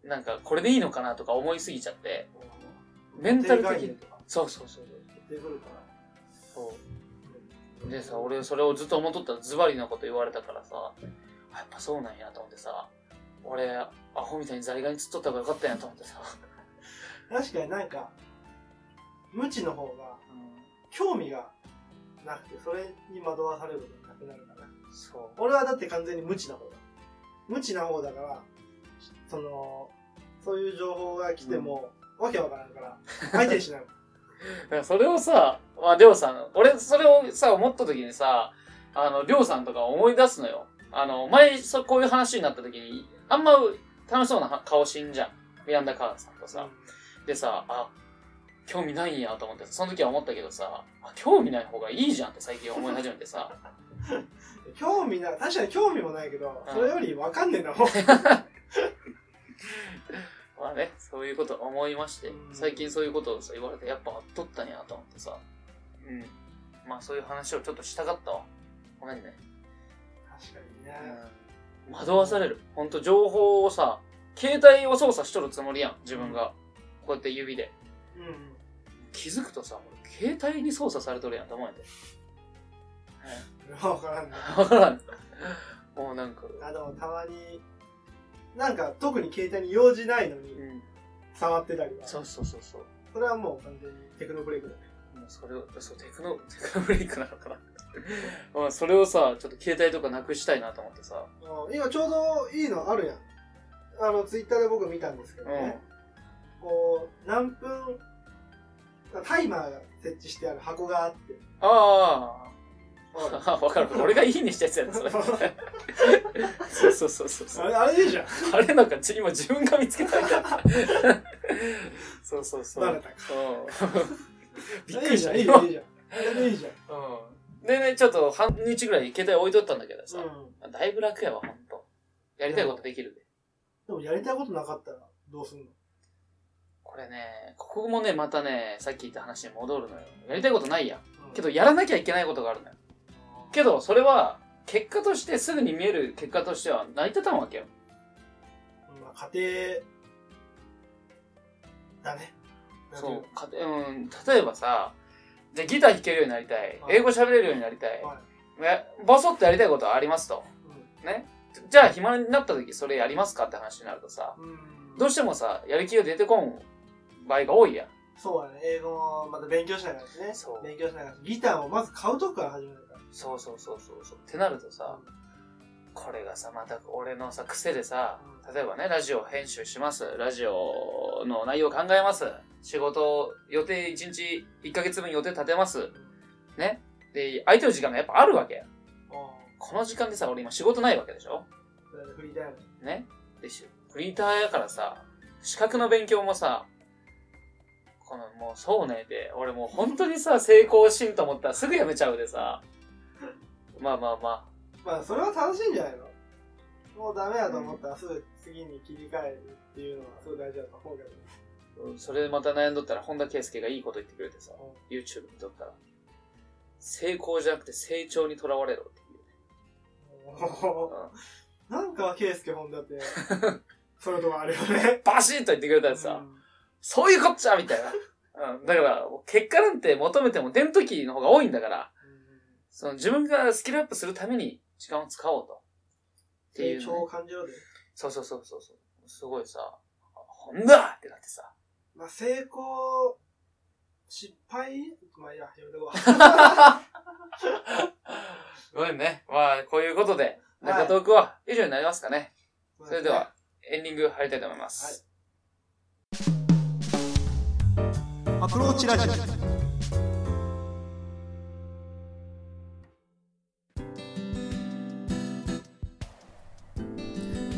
なんかこれでいいのかなとか思いすぎちゃって、メンタル的に定概念とかそうそうそう出てくるかそう。らでさ、俺それをずっと思っとったらズバリのこと言われたからさ、あやっぱそうなんやと思ってさ、俺、アホみたいにザリガニ釣っとった方がよかったんやと思ってさ。確かになんか無知の方が興味がなくてそれに惑わされることがなくなるからそ俺はだって完全に無知な方だ無知な方だからそのそういう情報が来ても、わけわからんから相手にし ないう。だからそれをさ、まあ、りょうさん、俺それをさ、思った時にさ、あの、りょうさんとか思い出すのよ。あの、前、そこういう話になった時に、あんま楽しそうな顔しんじゃん。ミランダ・カールさんとさ。でさ、あ、興味ないんやと思ってさ、その時は思ったけどさ、あ、興味ない方がいいじゃんって最近思い始めて さ。興味ない、確かに興味もないけど、それよりわかんねえな、もう。まあね、そういうこと思いまして、うん最近そういうことをさ言われて、やっぱあっとったんやと思ってさ。うん。まあそういう話をちょっとしたかったわ。ごめんね。確かにね。惑わされる。ほんと情報をさ、携帯を操作しとるつもりやん、自分が。こうやって指で。うん。気づくとさ、俺携帯に操作されとるやんと思うんやで。それはわからんね。 わからん。もうなんか、あ、でもたまに、なんか特に携帯に用事ないのうにん。触ってたりは。そうそうそうそう。それはもう完全にテクノブレイクだね。もうそれを、そう、テクノ、テクノブレイクなの かな。まあそれをさ、ちょっと携帯とかなくしたいなと思ってさ。うん今ちょうどいいのあるやん。あの、ツイッターで僕見たんですけどね。こう、何分、タイマーが設置してある箱があって。ああ、 わかる。俺がいいねしたやつやん、 それ。そうそうそうそうそ あう。れ、あれでいいじゃん。あれなんかじ今自分が見つけたみたいな。そうそうそう。バレたかうん。 びっくいいりしじゃた。ん、いいじ今ゃん、いいじゃん。あれでいいじゃん。うん。でね、ちょっと半日ぐらい携帯置いとったんだけどさ、うん。だいぶ楽やわ、ほんと。やりたいことできるで。でもやりたいことなかったらどうすんのこれね、ここもね、またね、さっき言った話に戻るのよ。やりたいことないやん。うんけど、やらなきゃいけないことがあるのよ。けど、それは、結果として、すぐに見える結果としては、成り立たんわけよ。まあ、家庭だね。そう。かうん、例えばさ、じゃあギター弾けるようになりたい。はい英語喋れるようになりたい。はねボソッとやりたいことはありますと。じゃあ暇になった時それやりますかって話になるとさ、うん。どうししてもさ、やる気が出てこん場合が多いやん。そうだね。英語もまた勉強しながらね。そう勉強しながら。ギターをまず買うとこから始めるから。そうそうそうそうそう。ってなるとさ、これがさ、また俺のさ、癖でさう、ん例えばね、ラジオ編集します。ラジオの内容考えます。仕事、予定1日、1ヶ月分予定立てます。ね。で、空いてる時間がやっぱあるわけや。うこの時間でさ、俺今仕事ないわけでしょん。それでフリータイム。ね。でし、フリーターやからさ、資格の勉強もさ、このもうそうねで、俺もう本当にさ、成功しんと思ったらすぐやめちゃうでさ、まあまあままあ、それは楽しいんじゃないのもうダメだと思ったらすぐ次に切り替えるっていうのはすごい大事だと思うけどね。あ、うんそれでまた悩んどったら本田圭佑がいいこと言ってくれてさ、う YouTube 見とったら、成功じゃなくて成長にとらわれろっていう。 なんか、ケイスケ 本だって、そういうとこあるよね。バシッと言ってくれたらさ、うんそういうこっちゃみたいな。うん、だから、結果なんて求めても出ん時の方が多いんだから、その自分がスキルアップするために時間を使おうと。っていう成ね、長を感じるで。そうそうそうそうそう。すごいさ、ほんだってなってさ。まあ、成功、失敗まあ、いや、やめとこごめんね。まあ、こういうことで、中トークは以上になりますかね。う。それでは、エンディング入りたいと思います。アプローチラジオ。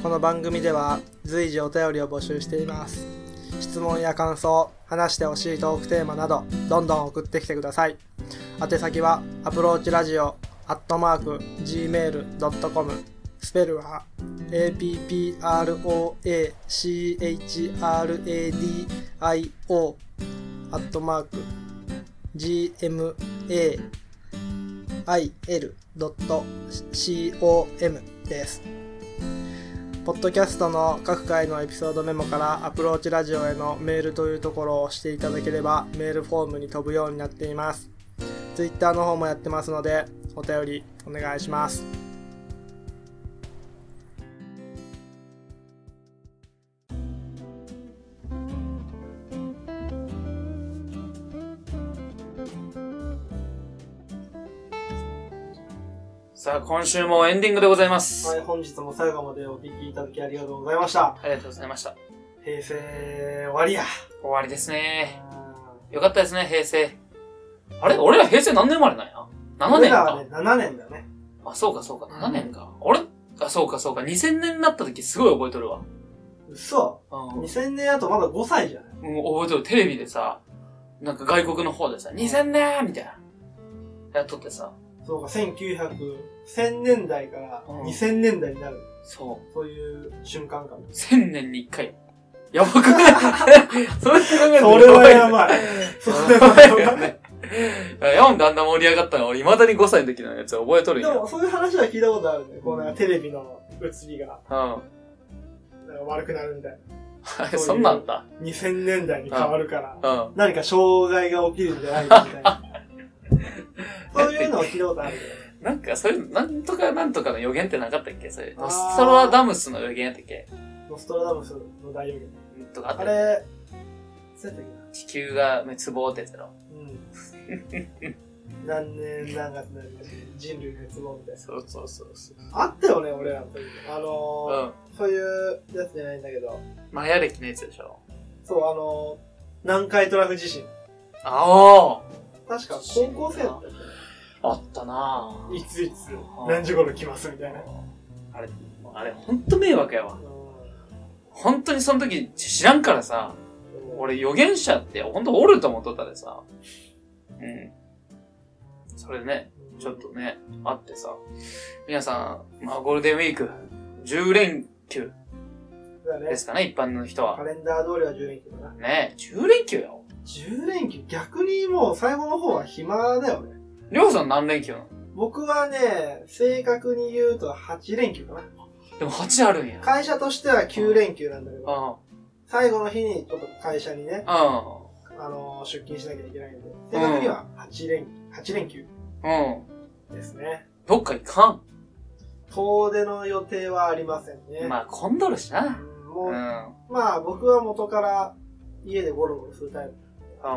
この番組では随時お便りを募集しています。質問や感想、話してほしいトークテーマなど、どんどん送ってきてください。宛先は、アプローチラジオ、アットマーク、gmail.com、スペルは、approachradio、アットマーク、gmail.com です。ポッドキャストの各回のエピソードメモからアプローチラジオへのメールというところを押していただければメールフォームに飛ぶようになっています。ツイッターの方もやってますのでお便りお願いします。さあ、今週もエンディングでございます。い、本日も最後までお聞きいただきありがとうございました。ありがとうございました。平成終わりや。終わりですね。よかったですね、平成。あれ俺ら平成何年生まれなんや ?7 俺年らかは。ね、7年だよね。あ、そうかそうか、7年か。あれあ、そうかそうか、2000年になった時すごい覚えとるわ。嘘うん ?2000 年あとまだ5歳じゃないもう覚えてる。テレビでさ、なんか外国の方でさ、2000年みたいな。やっとってさ、そうか、1900、1000年代からうん2000年代になる。そそういう瞬間か。う。1000年に1回。やばくないそれって考えると それはやい。ばい。 そやればいはやよ ばい。ね。ヤオンであんな盛り上がったの俺未だに5歳の時のやつ覚えとるんでや。も、そういう話は聞いたことあるね。こうなんかテレビの映りがうなんか悪くなるみたいな。ん。そんなんだ。 2000年代に変わるから、うん。何か障害が起きるんじゃないかみたい な。そういうのを聞いたことあるね。なんか、そういう、なんとかなんとかの予言ってなかったっけそれ。あーストラダムスの予言やったっけノストラダムスの大予言。とかあっあたよねれ、そうやったっ地球が滅亡ってやつやろ。けなうん。何年何月何日人類滅亡みたいな。そうそうそうそう。あったよね、俺らの時。あうのん。ー、そういうやつじゃないんだけど、マヤ歴のやつでしょ。そう、あのー、南海トラフ地震。あ確か高校生だったよね。ああったなぁいついつ、何時頃来ますみたいな。あれ、あれ、ほんと迷惑やわう。んほんとにその時知らんからさ、俺予言者ってほんとおると思っとったでさ。うん。それね、ちょっ。とね、あってさ。皆さん、まあゴールデンウィーク、10連休だねで。すかね、一般の人カは。レンダー通りは10連休だな。ね10連休よ。 10連休逆にもう最後の方は暇だよね。りょうさん何連休なの僕はね、正確に言うと8連休かな。でも8あるんや。会社としては9連休なんだけうど、ん。最後の日にちょっと会社にね、うあのー出勤しなきゃいけないんで、正確には8連、8連休ん。うん。ですね。どっか行かん。遠出の予定はありませんね。まあ混んどるしな。うんうもん。ううん。まあ僕は元から家でゴロゴロするタイプ。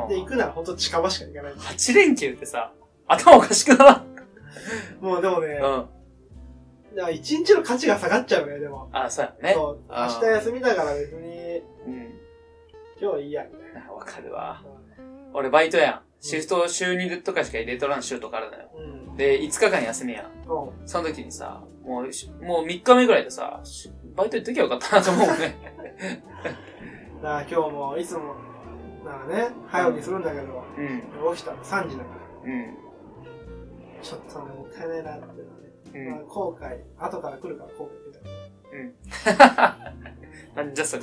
で、行くならほんと近場しか行かない。 8連休ってさ、頭おかしくなもうでもね、らんうん。だから一日の価値が下がっちゃうね、でも。あ、そうやね。そうあー明日休みだから別に、うん。今日はいいや、みたいな。あわかるわ。俺バイトやん。シフト週2とかしか入れとらん週とかあるのよ。うん。うん。で、5日間休みやん。そその時にさ、もうし、もう3日目ぐらいでさ、しバイト行っときゃよかったなと思う ね。う。だから今日も、いつも、なんかね、早起きするんだけど、うん。起きたの3時だから、うん。ちょっともったいないなってのはね、うんまあ、後悔、後から来るから後悔みたいな。うん。なんじゃそり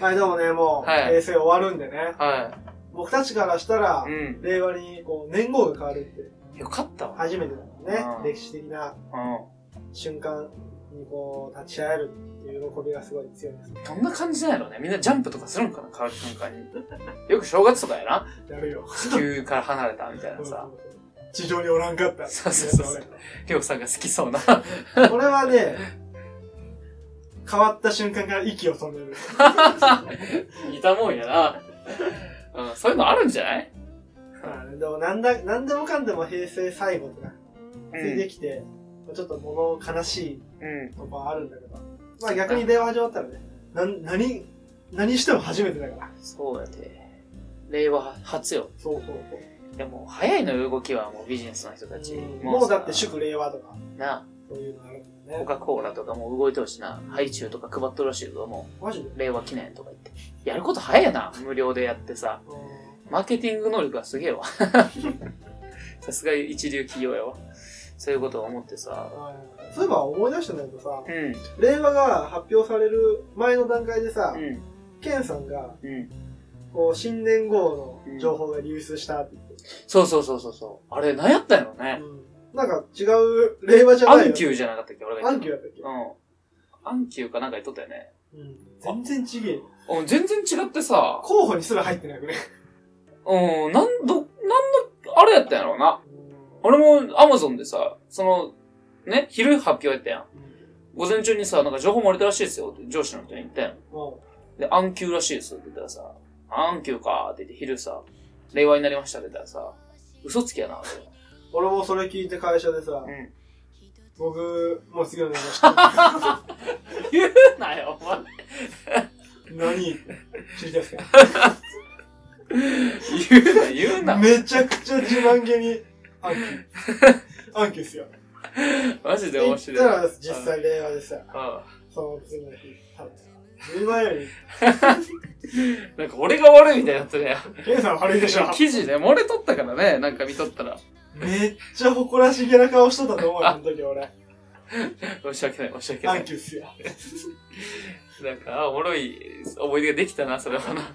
はい、でもね、もう、はい平成終わるんでね、ゃ。は僕たちからしたらい。う、ん。令和にこう年号が変わるってよかったわ。初めてだもんうんね、歴史的なう瞬間にこう立ち会えるっていう喜びがすごい強いです。ん。どんな感じなんやろうね。みんなジャンプとかするんかな変わる瞬間に。よく正月とかやな。やるよ。地球から離れたみたいなさ。地上におらんかった。そうそうそうりょうさんが好きそうな。これはね、変わった瞬間から息を止め る。似たもんやな。うん、そういうのあるんじゃないまあねでもなんだ、なんでもかんでも平成最後とか、ついてきて、ちょっと物悲しうんい。とこはあるんだけど、まあ逆に電話始まったらね、なん、何、何しても初めてだから。そうやで。令和初よ。そうそうそう。でも、早いのよ動きはもうビジネスの人たち。うんもうだって祝令和とか、な、そういうのあるんだコよね。カ・コーラとかもう動いてほしいな。ハイチュウとか配っとるらしいぞ、もマジでう。令和記念とか言って。やること早いな。無料でやってさ。マーケティング能力がすげえわ。 さすが一流企業やわ。そういうことを思ってさ。はいそういえば思い出したんだけどさう、ん、令和が発表される前の段階でさう、ん、ケンさんが、うん。こう、新年号の情報が流出したって言って、そうそうそうそうそう。あれ、何やったんやろね。うんなんか違う、令和じゃアないンよ。キューじゃなかったっけ俺がア言っンて。キューやったったうん。アンキューかなんか言っとったよね。け、うん、全然違えよ。うん、全然違ってさ。候補にすら入ってないよね。うん、なんど、なんの、あれやったんやろうな。俺もアマゾンでさ、その、ね、昼発表やったやん。午前中にさ、なんか情報漏れたらしいですよって上司の人に言ったやん。もで、アンキューらしいですって言ったらさ、アンキューかーって言って昼さ、令和になりましたって言ったらさ、嘘つきやなって。う、俺もそれ聞いて会社でさう、ん。僕、もう次の年号知 って言うなよ、お前。る何知りたいですか 言うな、言うな。めちゃくちゃ自慢げに、アンキュー。アンキューっすよ。マジで言面った白い。ら実際令和でさ、うん。その次の日、食べた今より、なんか俺が悪いみたいになってね。ケンさん悪いでしょ。記事ね、漏れとったからね、なんか見とったら。めっちゃ誇らしげな顔しとったと思うよ、あの 時俺。申し訳ない、申し訳なサンい。キューっすよ。なんか、あおもろい思い出ができたな、それはな。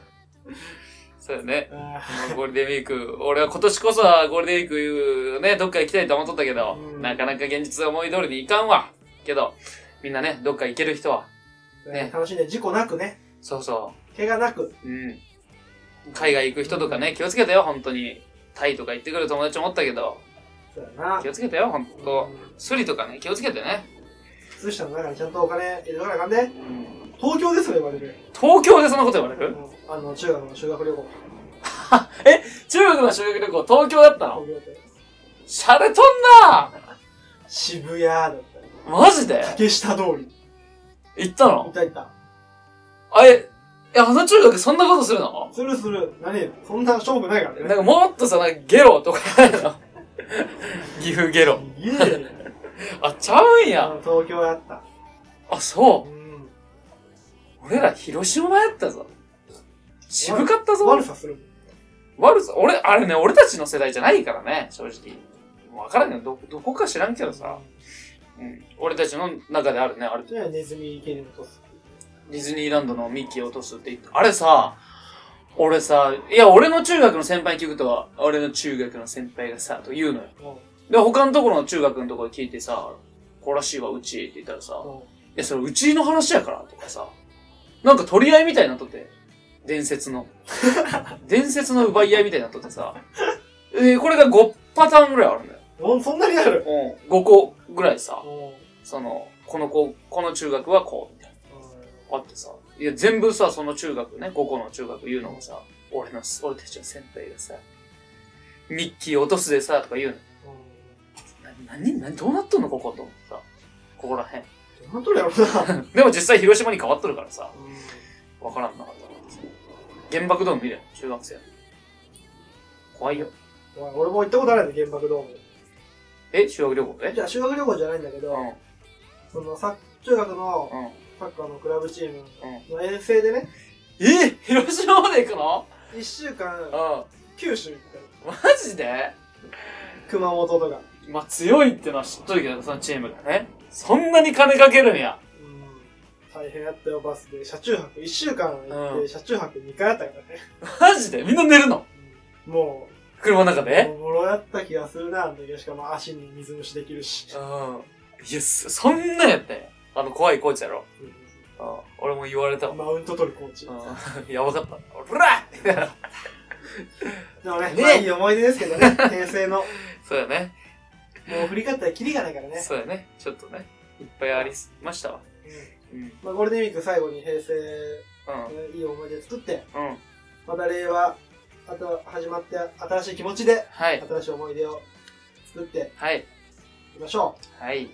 そうだね。あゴールデンウィーク、俺は今年こそはゴールデンウィークね、どっか行きたいと思っとったけど、うんなかなか現実は思い通りにいかんわ。けど、みんなね、どっか行ける人は、ーね楽しんで、事故なくね、そうそ怪我なく。う、うん。海外行く人とかね、気をつけてよ、本当に。タイとか行ってくる友達もおったけど、そうやな気。をつけてよ、本当うんスリとかね、気をつけてね。靴下の中にちゃんとお金入れとかなあかんで。東京ですよ、言われる。東京でそんなこと言われうるんあの、中学の修学旅行。中学の修学旅行、東京だったの東京でシャレとんな渋谷だったり、マジで竹下通り。行ったいのたいた。あれ、え、あの中学そんなことするのするする。何よそんな勝負ないからなんね。かもっとさ、なんかゲロとかないの岐阜ゲロ。いえいえあ、ちゃうんあや。の東京やった。あ、そうう。ん。俺ら広島やったぞ。渋かったぞ悪。さするもん。悪さ、俺、あれね、俺たちの世代じゃないからね、正直。わからんけど、ど、どこか知らんけどさ。うん。俺たちの中であるね、あれ。じゃあネズミ池に落とす。ディズニーランドのミッキーを落とすって言って、あれさ、俺さ、いや、俺の中学の先輩に聞くと、俺の中学の先輩がさ、と言うのよ。うん。うん。で、他のところの中学のところで聞いてさ、こうらしいわ、うちって言ったらさ、いや、それうちの話やから、とかさ、なんか取り合いみたいになっとって、伝説の。 伝説の奪い合いみたいになっとってさ、え、これが5パターンぐらいあるんだよ。おそんなにあるうん。5個ぐらいさ、うん。その、この子、この中学はこう、みたいな。あってさ、いや、全部さ、その中学ね、5個の中学言うのもさ、俺の、俺たちの先輩がさ、ミッキー落とすでさ、とか言うの。な、なに、なに、どうなっとんの、ここと思ってさ、ここら辺。なんとるやろな。でも実際広島に変わっとるからさ、わからんなかったなってさ。原爆ドーム見るよ、中学生の。怖いよ。お前俺も行ったことあるんだ原爆ドーム。え修学旅行でじゃあ修学旅行じゃないんだけうど、ん、そのさ中学のうん、うん。サッカーのクラブチームの遠征でね、え広島まで行くの1週間うん。九州行ったりマジで熊本とか。まあ、強いってのは知っとるけど、そのチームがね。そんなに金かけるんや。うん大変やったよ、バスで。車中泊、1週間行っうて、車中泊2回あったからね。マジでみんな寝るのも車の中う、でもろやった気がするな、あの時。しかも足に水虫できるし。うん。いや、そそんなんやったんや。あの、怖いコーチやろ。うんうん。俺も言われたわ。マウント取るコーチ。うん。 やばかった。おら でもね、ねまあいい思い出ですけどね、平成の。そうやね。もう振り返ったらキリがないからね。そうやね。ちょっとね。いっぱいありましたわ。うんうん。まあ、ゴールデンウィーク最後に平成うのいい思い出作って、ん。うん。また令和、あと始まって新しい気持ちで、はい。新しい思い出を作ってはい。いきましょう。はい。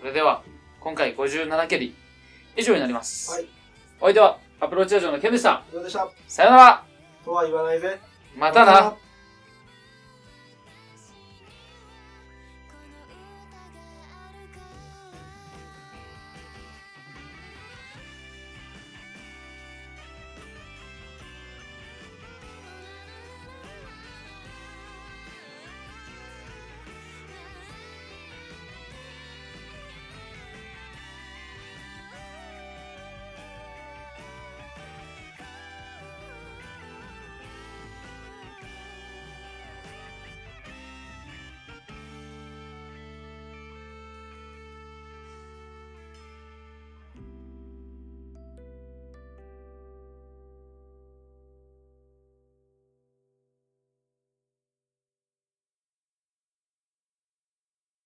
それでは、今回57蹴り、以上になります。はい。お相手は、アプローチラジオのケンでした。どうでしたさよならとは言わないぜ。またなま